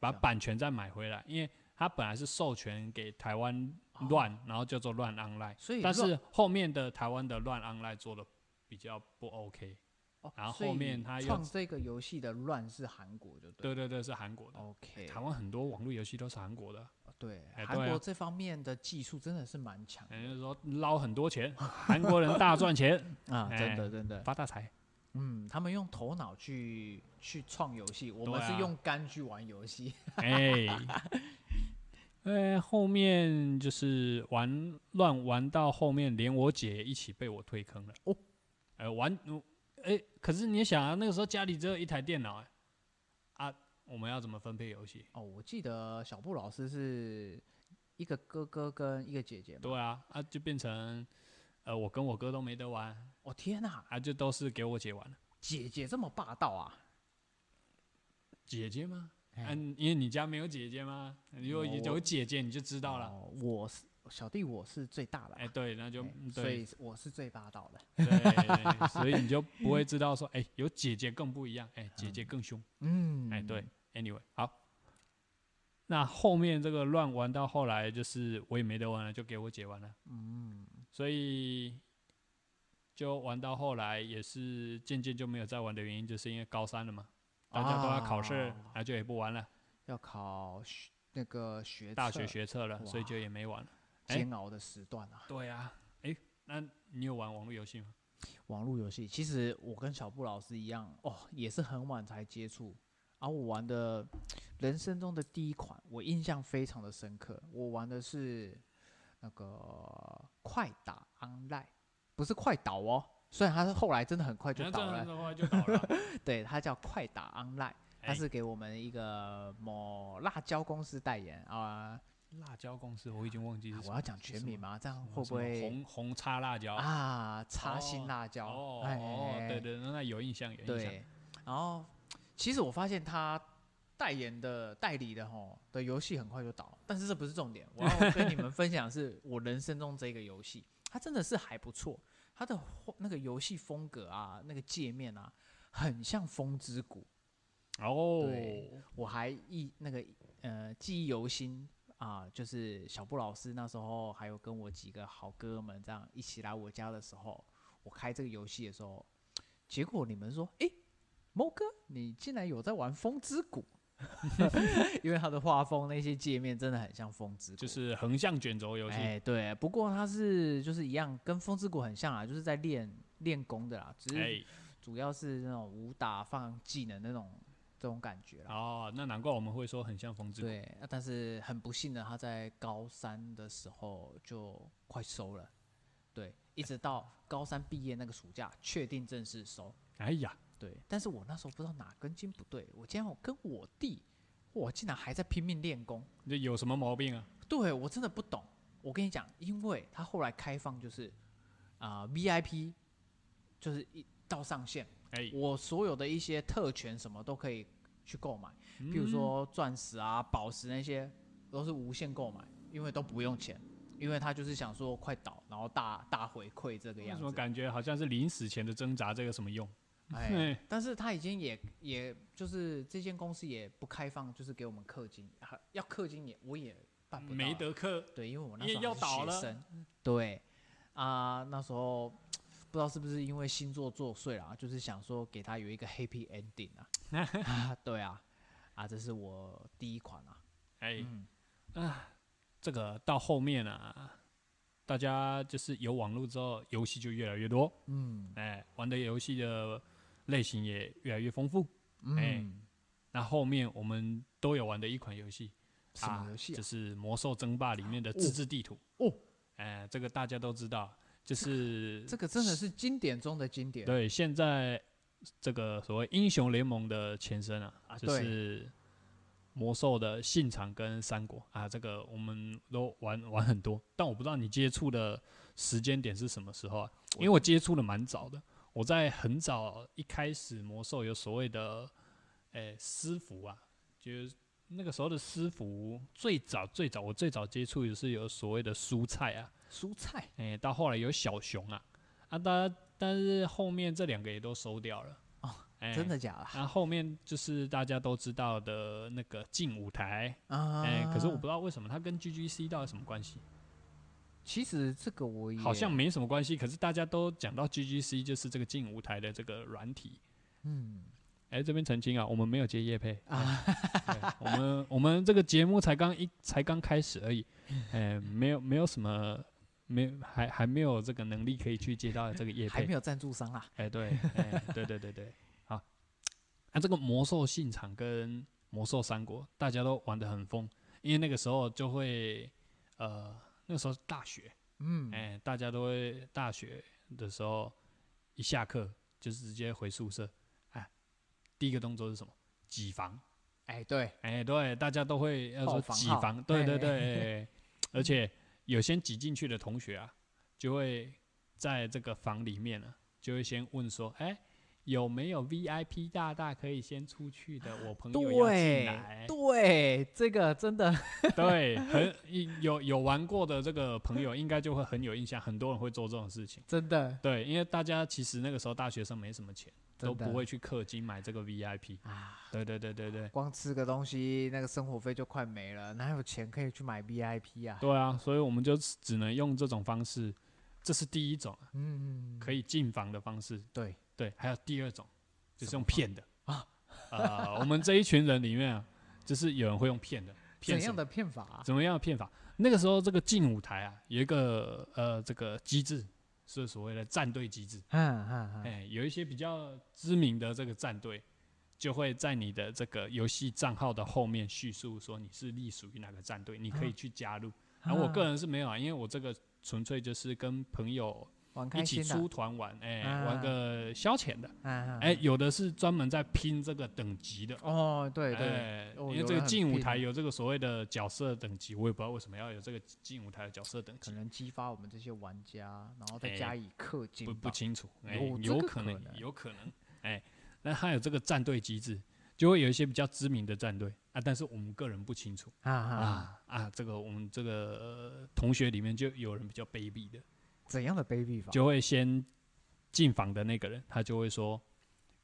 S1: 把版权再买回来，因为它本来是授权给台湾乱，然后叫做乱 online，
S2: 哦所以
S1: 但
S2: 乱
S1: 是后面的台湾的乱 online 做的比较不 OK。
S2: 哦
S1: 然后
S2: 所
S1: 后
S2: 以
S1: 面他又
S2: 创这个游戏的乱是韩国，就对了。
S1: 对对对，是韩国的。
S2: OK，
S1: 台湾很多网络游戏都是韩国的，
S2: 对哎
S1: 哎
S2: 韩
S1: 对啊
S2: 国这方面的技术真的是蛮强
S1: 人家说捞很多钱，韩国人大赚钱，
S2: 啊，
S1: 哎
S2: 真的真的，
S1: 发大财。
S2: 嗯，他们用头脑去去创游戏，我
S1: 对
S2: 们
S1: 啊
S2: 是用肝去玩游戏。
S1: 哎，呃，后面就是玩乱玩到后面，连我姐一起被我推坑了。
S2: 哦，
S1: 呃，玩，嗯哎、可是你也想啊，那个时候家里只有一台电脑、哎，啊，我们要怎么分配游戏？
S2: 哦，我记得小布老师是一个哥哥跟一个姐姐嘛。
S1: 对啊，啊，就变成，呃，我跟我哥都没得玩，
S2: 哦天哪、
S1: 啊，就都是给我姐玩了。
S2: 姐姐这么霸道啊！
S1: 姐姐吗？
S2: 哎
S1: 啊，因为你家没有姐姐吗？如果
S2: 哦我
S1: 有姐姐，你就知道了。
S2: 哦我是小弟，我是最大的嘛。
S1: 哎，对，那就
S2: 哎所
S1: 对
S2: 以我是最霸道的。
S1: 对，所以你就不会知道说，哎、有姐姐更不一样，哎、姐姐更凶，
S2: 嗯，
S1: 哎、对，anyway，好。那后面这个乱玩到后来，就是我也没得玩了，就给我姐玩了，
S2: 嗯，
S1: 所以就玩到后来也是渐渐就没有再玩的原因，就是因为高三了嘛，大家都要考试，
S2: 啊
S1: 那、就也不玩了，
S2: 要考学那个学
S1: 大学
S2: 测
S1: 学测了，所以
S2: 哇
S1: 就也没玩了。哎
S2: 煎熬的时段啊。
S1: 对啊，哎、那你有玩网络游戏吗？
S2: 网络游戏，其实我跟小布老师一样，哦，也是很晚才接触。啊，我玩的人生中的第一款，我印象非常的深刻。我玩的是那个快打 Online，不是快倒哦。虽然它是后来真的很快就
S1: 那这
S2: 倒
S1: 样
S2: 了，
S1: 嗯的话就倒 了。
S2: 对，它叫快打 Online，它
S1: 哎
S2: 是给我们一个某辣椒公司代言啊、
S1: 辣椒公司我已经忘记是什
S2: 我
S1: 么
S2: 要讲
S1: 是
S2: 全
S1: 什
S2: 名
S1: 么
S2: 吗？这样
S1: 什么哦
S2: 会
S1: 什
S2: 不
S1: 么
S2: 会
S1: 红红叉辣椒？
S2: 啊？擦
S1: 哦
S2: 心辣椒，
S1: 哦
S2: 哎
S1: 哦，对对，那那有印象有印象。
S2: 对，然后其实我发现他代言的代理的吼的游戏很快就倒，但是这不是重点，我要跟你们分享的是我人生中这个游戏，它它真的是还不错，它的画那个游戏风格啊，那个界面啊，很像《风之谷》。
S1: 哦，
S2: 对我还忆那个呃记忆犹新啊，就是小布老师那时候还有跟我几个好哥们这样一起来我家的时候，我开这个游戏的时候，结果你们说，诶，猫哥，你竟然有在玩《风之谷》， 因为它的画风那些界面真的很像《风之谷》，
S1: 就是横向卷轴游戏。
S2: 哎、对，不过它是就是一样，跟《风之谷》很像啊，就是在练练功的啦，只是
S1: 哎，
S2: 主要是那种武打放技能那种这种感觉啦。
S1: 哦，那难怪我们会说很像风之谷。
S2: 对，啊但是很不幸的，他在高三的时候就快收了，对，一直到高三毕业那个暑假确定正式收，
S1: 哎呀，
S2: 对。但是我那时候不知道哪根筋不对，我竟然我跟我弟，我竟然还在拼命练功，
S1: 这有什么毛病啊？
S2: 对我真的不懂。我跟你讲，因为他后来开放就是啊、VIP，就是一到上限，
S1: 哎，
S2: 我所有的一些特权什么都可以去购买，比如
S1: 嗯
S2: 说钻石啊、宝石那些都是无限购买，因为都不用钱，因为他就是想说快倒，然后大大回馈这个
S1: 为
S2: 样
S1: 什么
S2: 子。
S1: 感觉好像是临死前的挣扎？这个什么用？
S2: 哎，但是他已经也也就是这间公司也不开放，就是给我们氪金，还要氪金也我也办不到
S1: 没
S2: 啊
S1: 得克，
S2: 对，因为我那
S1: 因
S2: 时
S1: 为要
S2: 候还
S1: 倒
S2: 是
S1: 了
S2: 学生，对啊、那时候不知道是不是因为星座作祟啦，就是想说给他有一个 happy ending 啊， 啊对啊，啊，这是我第一款啊，
S1: 哎、
S2: 嗯
S1: 啊，这个到后面啊，大家就是有网络之后，游戏就越来越多，
S2: 嗯
S1: 哎，玩的游戏的类型也越来越丰富。
S2: 嗯，
S1: 哎那后面我们都有玩的一款游戏，
S2: 什么游戏、啊
S1: 就？是《魔兽争霸》里面的自制地图。
S2: 哦，
S1: 哎，这个大家都知道，就是
S2: 这个真的是经典中的经典，
S1: 对现在这个所谓英雄联盟的前身啊，
S2: 啊
S1: 就
S2: 对
S1: 是魔兽的信长跟三国啊，这个我们都玩玩很多，但我不知道你接触的时间点是什么时候啊？因为我接触的蛮早的，我在很早一开始魔兽有所谓的诶、私服啊，就是。那个时候的私服最早最早，我最早接触的是有所谓的蔬菜啊，
S2: 蔬菜
S1: 哎、到后来有小熊啊，啊，但但是后面这两个也都收掉了
S2: 哦
S1: 哎
S2: 真。的假的
S1: 然后、后面就是大家都知道的那个劲舞台，
S2: 啊？
S1: 哎、可是我不知道为什么它跟 GGC 到底什么关系，
S2: 其实这个我也
S1: 好像没什么关系。可是大家都讲到 GGC 就是这个劲舞台的这个软体，
S2: 嗯
S1: 哎、这边澄清啊，我们没有接叶配啊，对我们我们这个节目才刚一才刚开始而已，哎、没有没有什么没还还没有这个能力可以去接到这个叶
S2: 还
S1: 配
S2: 没，有赞助商啦，
S1: 哎、对，哎、对对对对，好。那、这个魔兽信场跟魔兽三国，大家都玩得很疯，因为那个时候就会，呃，那个时候是大学，
S2: 嗯
S1: 哎、大家都会大学的时候一下课就是直接回宿舍，哎，第一个动作是什么？挤房，
S2: 哎对，
S1: 哎、对，大家都会要
S2: 爆
S1: 说
S2: 房
S1: 挤
S2: 号
S1: 房，对对
S2: 哎
S1: 对， 哎而且有先挤进去的同学啊，就会在这个房里面呢、就会先问说，哎、有没有 VIP 大大可以先出去的？我朋友要进来
S2: 对。对，这个真的
S1: 对，很一有有玩过的这个朋友，应该就会很有印象。很多人会做这种事情。
S2: 真的
S1: 对，因为大家其实那个时候大学生没什么钱，都
S2: 真的
S1: 不会去氪金买这个 VIP。
S2: 啊。
S1: 对对对对对。
S2: 光吃个东西，那个生活费就快没了，哪有钱可以去买 VIP 啊？
S1: 对啊，所以我们就只只能用这种方式，这是第一种啊
S2: 嗯，
S1: 可以进房的方式。
S2: 对
S1: 对，还有第二种就是
S2: 什么
S1: 用骗的啊。呃，我们这一群人里面啊，就是有人会用骗的，骗
S2: 怎
S1: 什
S2: 样
S1: 么？
S2: 的骗法、啊？
S1: 怎么样的骗法？那个时候这个进舞台啊，有一个呃这个机制是所谓的战队机制。
S2: 嗯嗯嗯，
S1: 哎，有一些比较知名的这个战队，就会在你的这个游戏账号的后面叙述说你是隶属于哪个战队，你可
S2: 嗯
S1: 以去加入。然后我个
S2: 啊
S1: 人是没有啊，因为我这个纯粹就是跟朋友
S2: 玩开
S1: 一起
S2: 心的、
S1: 出团玩，哎，玩
S2: 啊
S1: 个消遣的。
S2: 嗯嗯
S1: 哎，
S2: 嗯
S1: 有的是专门在拼这个等级的。
S2: 哦，对对，
S1: 哎
S2: 哦
S1: 因为
S2: 有
S1: 这
S2: 人
S1: 个
S2: 很
S1: 进舞
S2: 拼
S1: 台
S2: 的
S1: 有这个所谓的角色等级，我也不知道为什么要有这个进舞台的角色等
S2: 可
S1: 级，
S2: 能激发我们这些玩家，然后
S1: 哎
S2: 再加以氪金
S1: 不
S2: 吧
S1: 不清楚，哎，
S2: 有这
S1: 有
S2: 个
S1: 可
S2: 可
S1: 能，
S2: 能
S1: 有可能，哎，那它有这个战队机制，就会有一些比较知名的战队啊，但是我们个人不清楚
S2: 啊啊
S1: 啊啊，这个我们这个呃同学里面就有人比较卑鄙的，
S2: 怎样的卑鄙法？
S1: 就会先进房的那个人，他就会说，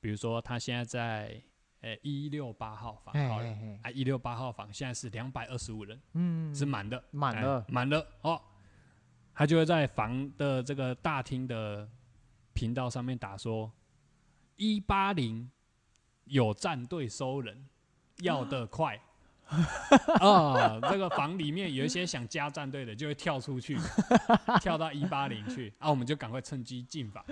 S1: 比如说他现在在呃一六八号房
S2: 哎
S1: 好了，
S2: 哎哎
S1: 啊一六八号房现在是两百二十五人，
S2: 嗯，
S1: 是满的，
S2: 满
S1: 哎
S2: 了
S1: 满了哦，他就会在房的这个大厅的频道上面打说，一八零有战队收人，要得 快。啊、这个房里面有一些想加战队的，就会跳出 去，跳到一八零去啊，我们就赶快趁机进房。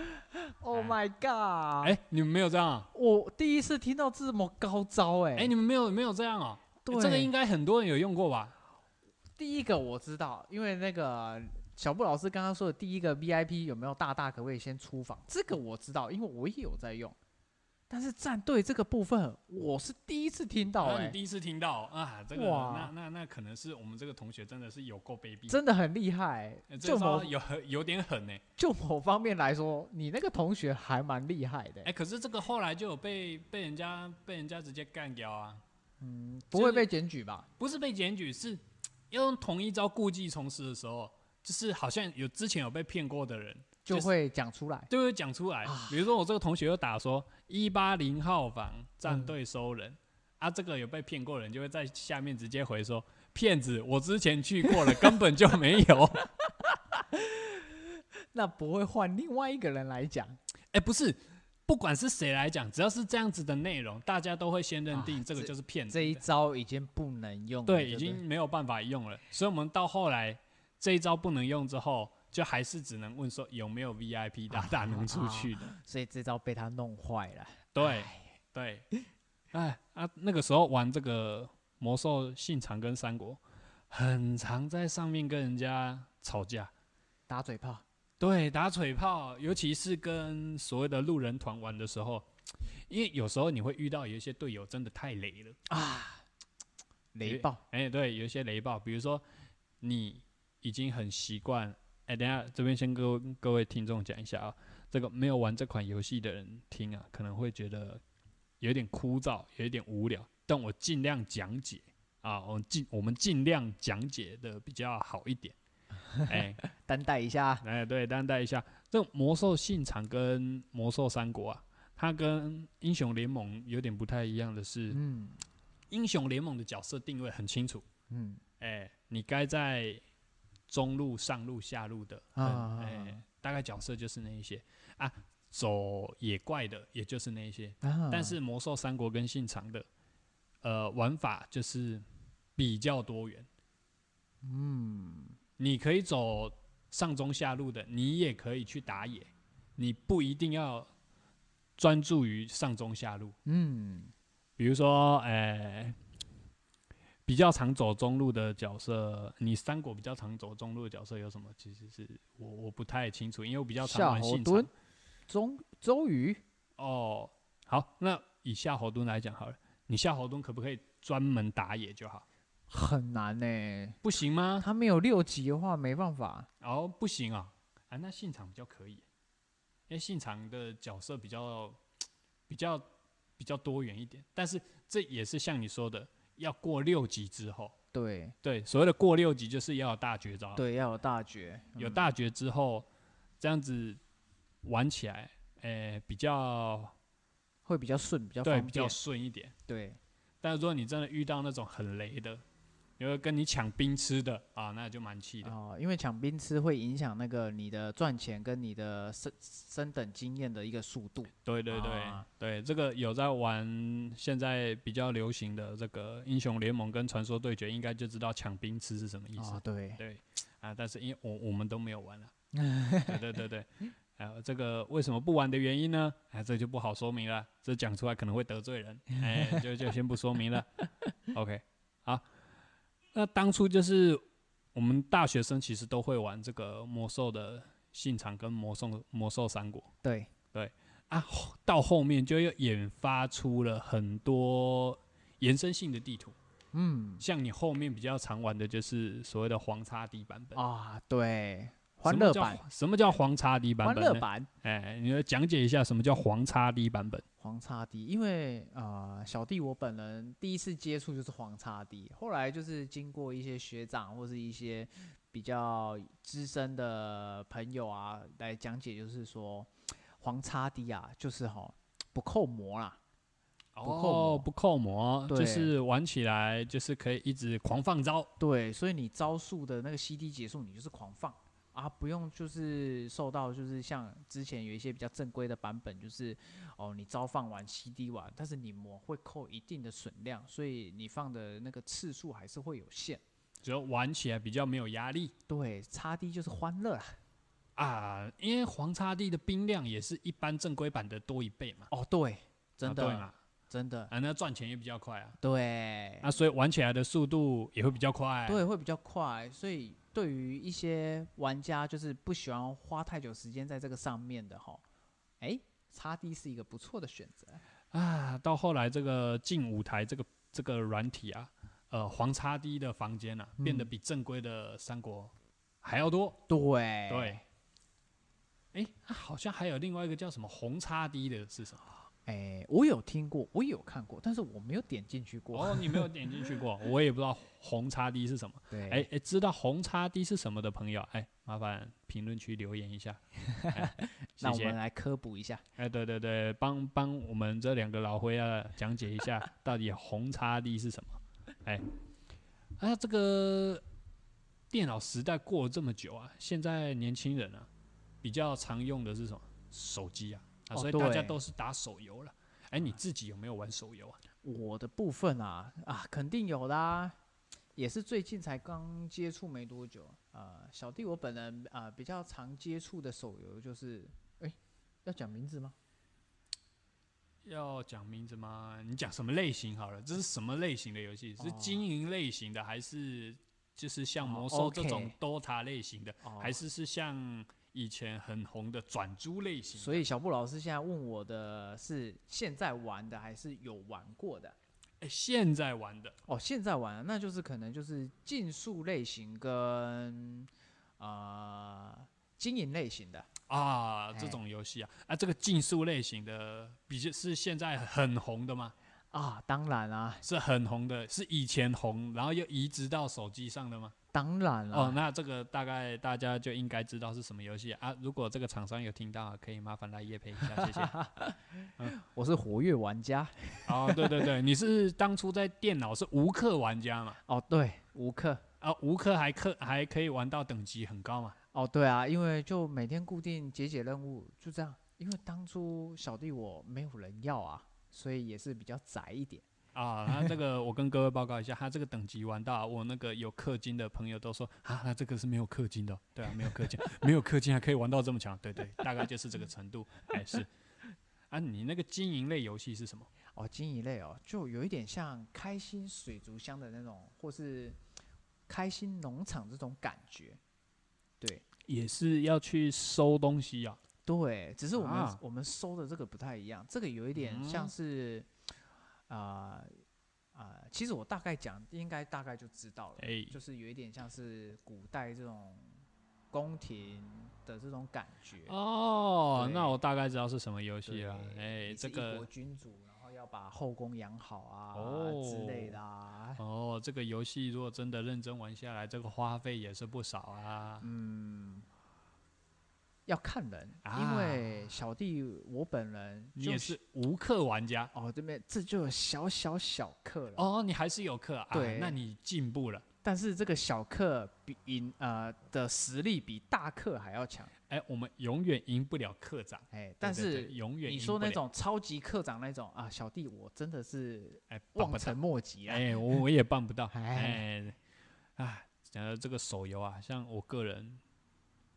S2: Oh my god！
S1: 哎、你们没有这样啊？
S2: 我第一次听到这么高招哎、
S1: 哎、你们没有没有这样哦、
S2: 对
S1: 这个应该很多人有用过吧？
S2: 第一个我知道，因为那个小布老师刚刚说的第一个 VIP 有没有大大可不可以先出访？这个我知道，因为我也有在用。但是战队这个部分我是第一次听到
S1: 那
S2: 哎、
S1: 你第一次听到啊，这个
S2: 哇
S1: 那那那可能是我们这个同学真的是有够卑鄙，
S2: 真的很厉害、
S1: 呃这
S2: 就
S1: 招
S2: 某
S1: 有很有点狠呢、
S2: 就某方面来说，你那个同学还蛮厉害的、
S1: 哎、可是这个后来就有被被人家被人家直接干掉啊，
S2: 嗯，不会被检举吧？
S1: 不是被检举，是要用同一招故技重施的时候，就是好像有之前有被骗过的人，
S2: 就
S1: 就是
S2: 会讲出来。
S1: 就会讲出来
S2: 啊。
S1: 比如说我这个同学又打说一八零号房
S2: 嗯
S1: 战队收人、啊，这个有被骗过的人就会在下面直接回说骗子，我之前去过了，根本就没有。
S2: 那不会换另外一个人来讲，
S1: 哎、不是，不管是谁来讲，只要是这样子的内容，大家都会先认
S2: 啊
S1: 定这个就是骗子
S2: 这一
S1: 的。
S2: 招已经不能用了。
S1: 对，
S2: 不
S1: 已经没有办法用了，所以我们到后来这一招不能用之后，就还是只能问说有没有 VIP 大 大能出去的。
S2: 所以这招被他弄坏了。
S1: 对对，哎啊，那个时候玩这个魔兽信长跟三国，很常在上面跟人家吵架，
S2: 打嘴炮，
S1: 对，打嘴炮，尤其是跟所谓的路人团玩的时候，因为有时候你会遇到有一些队友真的太雷了。
S2: 雷暴，
S1: 哎、对，有一些雷暴，比如说你已经很习惯，哎、等一下这边先跟各位听众讲一下啊，这个没有玩这款游戏的人听啊，可能会觉得有点枯燥，有一点无聊，但我尽量讲解啊，我尽我们尽量讲解的比较好一点，哎、
S2: 担待一下。
S1: 哎，对，担待一下，这种魔兽信长跟魔兽三国啊，它跟英雄联盟有点不太一样的是，
S2: 嗯
S1: 英雄联盟的角色定位很清楚，
S2: 嗯，
S1: 哎、你该在中路、上路、下路的，嗯
S2: 啊啊
S1: 哎、
S2: 啊
S1: 大概角色就是那一些啊，走野怪的也就是那一些，
S2: 啊
S1: 但是魔兽三国跟信长的，呃，玩法就是比较多元，
S2: 嗯，
S1: 你可以走上中下路的，你也可以去打野，你不一定要专注于上中下路。
S2: 嗯，
S1: 比如说，呃，比较常走中路的角色，你三国比较常走中路的角色有什么？其实是我我不太清楚，因为我比较常
S2: 夏
S1: 玩
S2: 侯
S1: 信长
S2: 惇。、周周瑜，
S1: 哦，好，那以夏侯惇来讲好了，你夏侯惇可不可以专门打野就好？
S2: 很难呢、
S1: 不行吗？
S2: 他没有六级的话，没办法。
S1: 哦，不行啊，啊，那信长比较可以，因为信长的角色比较比较比较多元一点，但是这也是像你说的，要过六级之后，
S2: 对
S1: 对，所谓的过六级就是要有大绝招，，
S2: 对，要有大绝。
S1: 哦
S2: 嗯
S1: 有大绝之后，这样子玩起来，诶、比较
S2: 会比较顺，比较
S1: 对
S2: 方
S1: 比较
S2: 便。
S1: 顺一点。
S2: 对，
S1: 但如果你真的遇到那种很雷的，有人跟你抢冰吃的啊，那就蛮气的。
S2: 哦，因为抢兵吃会影响那个你的赚钱跟你的升升等经验的一个速度。
S1: 对对对、
S2: 啊
S1: 对，这个有在玩现在比较流行的这个英雄联盟跟传说对决，应该就知道抢冰吃是什么意思。
S2: 哦，对，
S1: 对啊，但是因为我我们都没有玩 了、对对对对，啊，这个为什么不玩的原因呢？哎、这就不好说明了，这讲出来可能会得罪人， 哎、就就先不说明了。OK，好，那当初就是我们大学生其实都会玩这个魔兽的信长跟魔兽魔兽三国
S2: 对，
S1: 啊，后到后面就又研发出了很多延伸性的地图，
S2: 嗯
S1: 像你后面比较常玩的就是所谓的黄叉地版本。
S2: 啊，对，欢
S1: 什么
S2: 乐
S1: 叫
S2: 版，
S1: 什么叫黄叉 D 版
S2: 欢
S1: 本？
S2: 乐。版
S1: 哎，你来讲解一下什么叫黄叉 D 版本？
S2: 黄叉 D，因为呃，小弟我本人第一次接触就是黄叉 D，后来就是经过一些学长或是一些比较资深的朋友啊来讲解，就是说黄叉 D 啊，就是哈不扣膜啦，扣膜
S1: 哦，不扣膜，就
S2: 对
S1: 是玩起来就是可以一直狂放招。
S2: 对，所以你招数的那个 CD 结束，你就是狂放啊，不用就是受到就是像之前有一些比较正规的版本，就是哦你招放完 CD 完，但是你膜会扣一定的损量，所以你放的那个次数还是会有限。
S1: 只要玩起来比较没有压力
S2: 对，叉 D 就是欢乐啦。
S1: 啊，因为黄叉 D 的兵量也是一般正规版的多一倍嘛，
S2: 哦，对，真
S1: 啊
S2: 的，
S1: 对嘛，
S2: 真的，
S1: 啊，那赚钱也比较快啊，
S2: 对，
S1: 啊，所以玩起来的速度也会比较快。啊
S2: 对，会比较快。所以对于一些玩家，就是不喜欢花太久时间在这个上面的哈，哎，叉 D 是一个不错的选择。
S1: 啊，到后来这个进舞台这个这个软体啊，呃，黄叉 D 的房间啊，变得
S2: 嗯
S1: 比正规的三国还要多。
S2: 对，
S1: 对，哎、啊好像还有另外一个叫什么红叉 D 的是什么？
S2: 哎，我有听过，我也有看过，但是我没有点进去过。
S1: 哦，你没有点进去过，我也不知道红叉 D 是什么。
S2: 对，
S1: 哎、哎，知道红叉 D 是什么的朋友，哎、麻烦评论区留言一下。 哎
S2: 那
S1: 谢
S2: 我们
S1: 谢。
S2: 来科普一下。
S1: 哎，对对对，帮帮我们这两个老灰啊讲解一下，到底红叉 D 是什么？哎，啊，这个电脑时代过了这么久啊，现在年轻人啊比较常用的是什么？手机啊，啊
S2: 哦
S1: 所以大家
S2: 对
S1: 都是打手游了。哎，你自己有没有玩手游啊？
S2: 我的部分啊啊，肯定有啦，也是最近才刚接触没多久。呃，小弟我本人啊、比较常接触的手游就是，哎，要讲名字吗？
S1: 要讲名字吗？你讲什么类型好了？这是什么类型的游戏？是
S2: 哦
S1: 经营类型的，还是就是像
S2: 哦
S1: 魔兽这种
S2: ，OK
S1: DOTA 类型的，
S2: 哦
S1: 还是是像以前很红的转租类型的？
S2: 所以小布老师现在问我的是现在玩的还是有玩过的？
S1: 哎、现在玩的
S2: 哦，现在玩，那就是可能就是竞速类型跟啊、呃、经营类型的。
S1: 啊，这
S2: 哎
S1: 种游戏啊，啊，这个竞速类型的，比较是现在很红的吗？
S2: 啊，当然啊，
S1: 是很红的，是以前红，然后又移植到手机上的吗？
S2: 当然啦、
S1: 哦，那这个大概大家就应该知道是什么游戏啊。如果这个厂商有听到，啊可以麻烦来夜配一下， 谢谢。
S2: 我是活跃玩家。
S1: 哦，对对对，你是当初在电脑是无氪玩家嘛？
S2: 哦，对，无氪。
S1: 啊，无氪还氪还可以玩到等级很高嘛？
S2: 哦，对啊，因为就每天固定解解任务，就这样。因为当初小弟我没有人要啊，所以也是比较宅一点。
S1: 啊，那这个我跟各位报告一下，他这个等级玩到啊我那个有氪金的朋友都说啊，那这个是没有氪金的哦，对啊，没有氪金，没有氪金还可以玩到这么强，对对，大概就是这个程度，哎是。啊，你那个经营类游戏是什么？
S2: 哦，经营类哦，就有一点像开心水族箱的那种，或是开心农场这种感觉。对
S1: 也是要去收东西啊。
S2: 对，只是我们、
S1: 啊
S2: 我们收的这个不太一样，这个有一点像
S1: 嗯
S2: 是啊啊、呃其实我大概讲应该大概就知道了。
S1: 哎，
S2: 就是有一点像是古代这种宫廷的这种感觉。
S1: 哦，
S2: 对
S1: 那我大概知道是什么游
S2: 对，
S1: 戏了。哎，
S2: 你
S1: 这
S2: 是一
S1: 个
S2: 国君主，然后要把后宫养好啊、之类的啊。
S1: 哦，这个游戏如果真的认真玩下来，这个花费也是不少啊。
S2: 嗯，要看人，
S1: 啊
S2: 因为小弟我本人
S1: 你
S2: 就
S1: 也是无氪玩家
S2: 哦，这边这就有小小小氪了。
S1: 哦，你还是有氪啊？
S2: 对
S1: 那你进步了。
S2: 但是这个小氪比赢呃的实力比大氪还要强。
S1: 哎，我们永远赢不了课长，
S2: 哎，但
S1: 对对
S2: 是
S1: 对永远
S2: 你
S1: 赢
S2: 说
S1: 不
S2: 那
S1: 了
S2: 种超级课长那种啊，小弟我真的是
S1: 哎办
S2: 望
S1: 不到
S2: 尘，莫及啊。
S1: 哎，我我也办不到。
S2: 哎
S1: 哎，啊，讲到这个手游啊，像我个人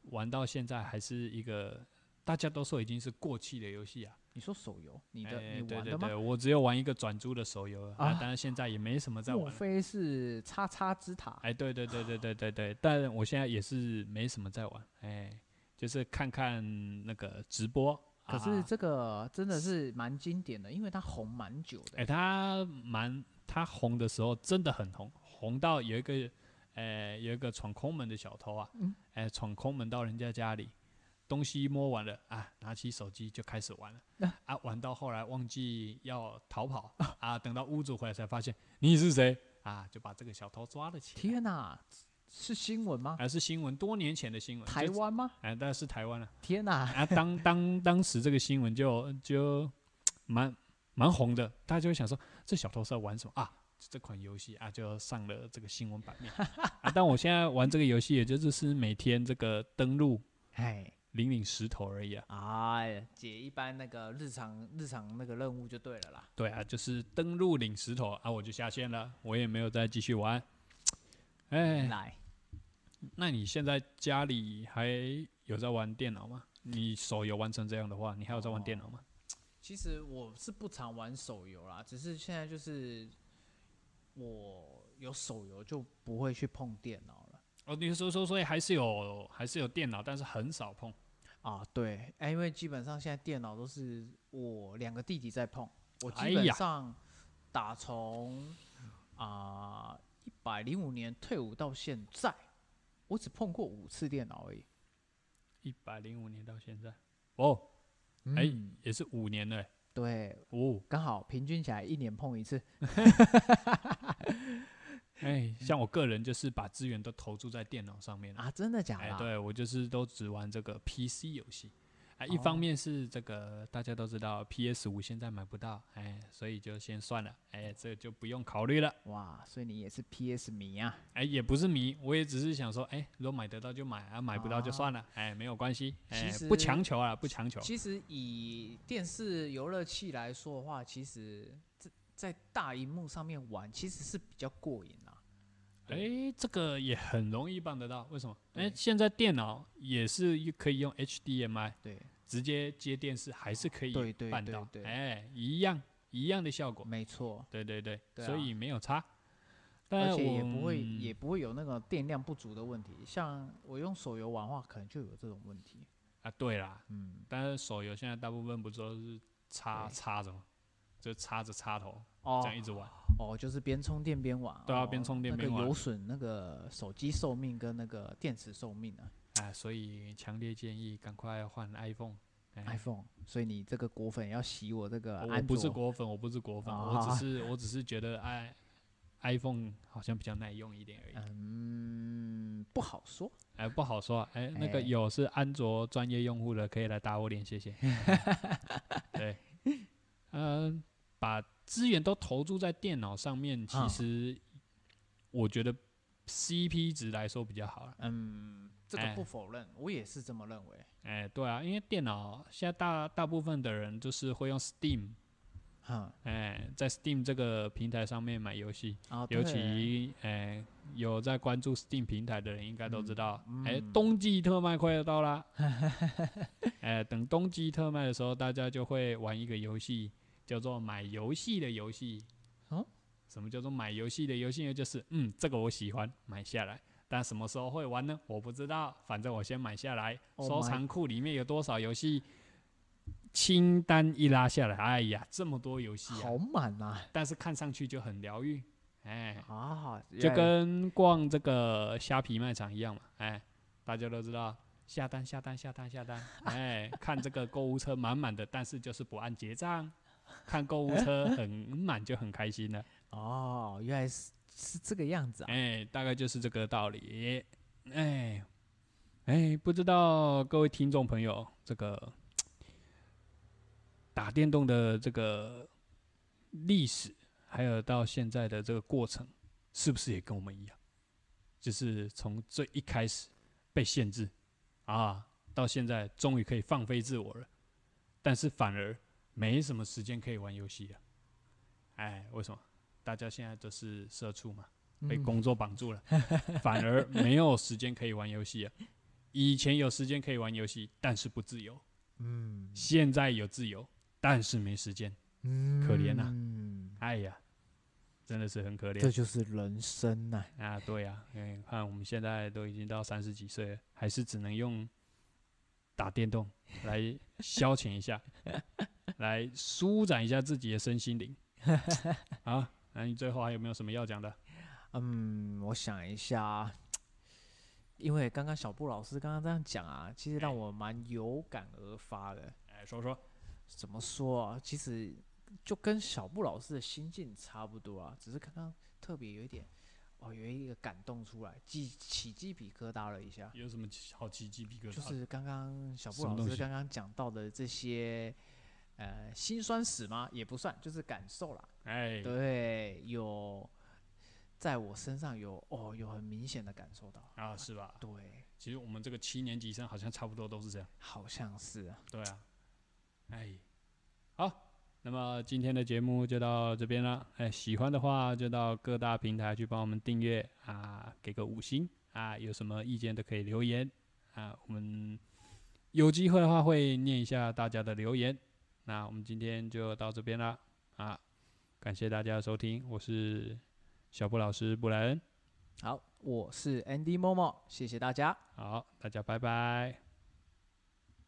S1: 玩到现在还是一个大家都说已经是过气的游戏啊。
S2: 你说手游，你的、
S1: 哎
S2: 你
S1: 对
S2: 玩
S1: 对
S2: 的吗
S1: 对，？我只有玩一个转租的手游啊，
S2: 啊
S1: 当然现在也没什么在
S2: 莫
S1: 玩。
S2: 非是叉叉之塔？
S1: 哎，对对对对对对对，但我现在也是没什么在玩，哎，就是看看那个直播。
S2: 可是
S1: 啊，
S2: 这个真的是蛮经典的，因为它红蛮
S1: 哎
S2: 久的。
S1: 哎，他蛮他红的时候真的很红，红到有一个呃，有一个闯空门的小偷啊
S2: 嗯，
S1: 哎、闯空门到人家家里，东西摸完了啊，拿起手机就开始玩了
S2: 啊，
S1: 啊，玩到后来忘记要逃跑啊，等到屋主回来才发现你是谁啊，就把这个小偷抓了起来。
S2: 天哪、是新闻吗？
S1: 还是新闻，多年前的新闻，
S2: 台
S1: 哎就，
S2: 湾吗？
S1: 哎，但是台湾啊，
S2: 天哪、
S1: 啊，当当当时这个新闻就就蛮蛮红的，大家就会想说，这小偷是在玩什么啊？这款游戏啊，就上了这个新闻版面 啊。但我现在玩这个游戏，也就只是每天这个登录
S2: 哎，
S1: 领领石头而已啊。
S2: 哎，姐一般那个日常日常那个任务就对了啦。
S1: 对啊，就是登录领石头啊，我就下线了，我也没有再继续玩。哎，
S2: 来，
S1: 那你现在家里还有在玩电脑吗？你手游玩成这样的话，你还有在玩电脑吗？
S2: 其实我是不常玩手游啦，只是现在就是我有手游就不会去碰电脑了。
S1: 哦，你说说，所以还是有还是有电脑，但是很少碰。
S2: 啊，对，哎，因为基本上现在电脑都是我两个弟弟在碰，我
S1: 哎
S2: 基本
S1: 呀
S2: 上打从啊一百零五年退伍到现在，我只碰过五次电脑而已。
S1: 一百零五年到现在，哦，哎
S2: 嗯，
S1: 也是五年了欸，
S2: 对，
S1: 哦，
S2: 刚好平均起来一年碰一次。
S1: 哎，像我个人就是把资源都投注在电脑上面了，
S2: 啊，真的假的、
S1: 哎
S2: 啊？，
S1: 对我就是都只玩这个 PC 游戏，哎，一方
S2: 哦
S1: 面是这个大家都知道 PS 五现在买不到，哎，所以就先算了，哎，这就不用考虑了，
S2: 哇，所以你也是 PS 迷啊？
S1: 哎，也不是迷，我也只是想说，哎，如果买得到就买啊，买不到就
S2: 啊
S1: 算了，哎，没有关系，哎
S2: 其，
S1: 不
S2: 实
S1: 强求啊，不强求，
S2: 其实以电视游乐器来说的话，其实在在大荧幕上面玩其实是比较过瘾啊。
S1: 哎、
S2: 对
S1: 这个也很容易办得到，为什么？哎、
S2: 对
S1: 现在电脑也是可以用 HDMI
S2: 对，
S1: 直接接电视，还是可以
S2: 对对
S1: 办
S2: 对
S1: 到，
S2: 对
S1: 哎、一样一样的效果，
S2: 没错，
S1: 对对对，
S2: 对啊
S1: 所以没有差，但
S2: 而且也
S1: 我嗯
S2: 不会
S1: 们
S2: 也不会有那个电量不足的问题。像我用手游玩的话，可能就有这种问题。
S1: 啊，对啦，
S2: 嗯，
S1: 但是手游现在大部分不都是插
S2: 对
S1: 插着吗？就插着插头这
S2: 哦
S1: 样一直玩，
S2: 哦，就是边充电边玩。
S1: 对啊
S2: 哦
S1: 边充电边
S2: 那
S1: 玩
S2: 个有损那个手机寿命跟那个电池寿命啊。
S1: 哎、所以强烈建议赶快换 iPhone，哎、
S2: iPhone，所以你这个果粉要洗我这个
S1: 哦
S2: 呃安卓。
S1: 我不是果粉，我不是果粉，
S2: 哦
S1: 我只是我只是觉得 i iPhone 好像比较耐用一点而已。
S2: 嗯，不好说。
S1: 哎，不好说啊。哎，那个
S2: 哎
S1: 有是安卓专业用户的，可以来打我脸，谢 谢。对，嗯、把资源都投注在电脑上面，其
S2: 啊
S1: 实我觉得 CP 值来说比较好了。
S2: 嗯，这
S1: 哎
S2: 个不否认，我也是这么认为。
S1: 哎，对啊，因为电脑现在大大部分的人就是会用 Steam，
S2: 哈、
S1: 哎，在 Steam 这个平台上面买游戏。
S2: 啊，
S1: 尤
S2: 对
S1: 其诶、有在关注 Steam 平台的人应该都知道，诶、
S2: 嗯嗯
S1: 冬季特卖快要到啦。诶、等冬季特卖的时候，大家就会玩一个游戏，叫做买游戏的游戏。
S2: 哦，
S1: 什么叫做买游戏的游戏呢？就是嗯，这个我喜欢，买下来。但什么时候会玩呢？我不知道，反正我先买下来。
S2: Oh
S1: 收
S2: my-
S1: 藏库里面有多少游戏？清单一拉下来，哎呀，这么多游戏啊！
S2: 好满呐
S1: 但是看上去就很疗愈，哎、
S2: 啊，
S1: 就
S2: 原来
S1: 跟逛这个虾皮卖场一样嘛，哎，大家都知道下单下单下单下单，哎，看这个购物车满满的，但是就是不按结账，看购物车很满就很开心了，
S2: 哦，原来是是这个样子啊。
S1: 哎，大概就是这个道理，哎，哎，不知道各位听众朋友，这个打电动的这个历史，还有到现在的这个过程，是不是也跟我们一样，就是从最一开始被限制啊，到现在终于可以放飞自我了，但是反而没什么时间可以玩游戏了。啊哎，为什么？大家现在都是社畜嘛，被
S2: 嗯
S1: 工作绑住了， 反而没有时间可以玩游戏了。以前有时间可以玩游戏，但是不自由；
S2: 嗯
S1: 现在有自由，但是没时间。
S2: 嗯
S1: 可怜啊啊
S2: 嗯，
S1: 哎呀，真的是很可
S2: 这
S1: 怜
S2: 就是人生呐、
S1: 啊！对呀、啊，哎，看我们现在都已经到三十几岁了，还是只能用打电动来消遣一下， 来舒展一下自己的身心灵。好，那你最后还有没有什么要讲的？
S2: 嗯，我想一下，啊因为刚刚小布老师刚刚这样讲啊，其实让我蛮有感而发的。
S1: 哎，说说，
S2: 怎么说啊？其实就跟小布老师的心境差不多啊，只是刚刚特别有一点，哦，有一个感动出来，鸡起鸡皮疙瘩了一下。
S1: 有什么好奇鸡皮疙瘩？
S2: 就是刚刚小布
S1: 什么
S2: 老
S1: 东
S2: 师
S1: 西
S2: 刚刚讲到的这些，呃，辛酸史吗？也不算，就是感受啦。
S1: 哎，
S2: 对，有在我身上有哦，有很明显的感受到。
S1: 啊，是吧？
S2: 对，
S1: 其实我们这个七年级生好像差不多都是这样。
S2: 好像是啊。
S1: 对啊，哎，好，那么今天的节目就到这边了。哎，喜欢的话就到各大平台去帮我们订阅啊，给个五星啊，有什么意见都可以留言啊。我们有机会的话会念一下大家的留言。那我们今天就到这边啦啊，感谢大家的收听，我是小布老师布莱恩。
S2: 好，我是 Andy Momo，谢谢大家。
S1: 好，大家拜拜。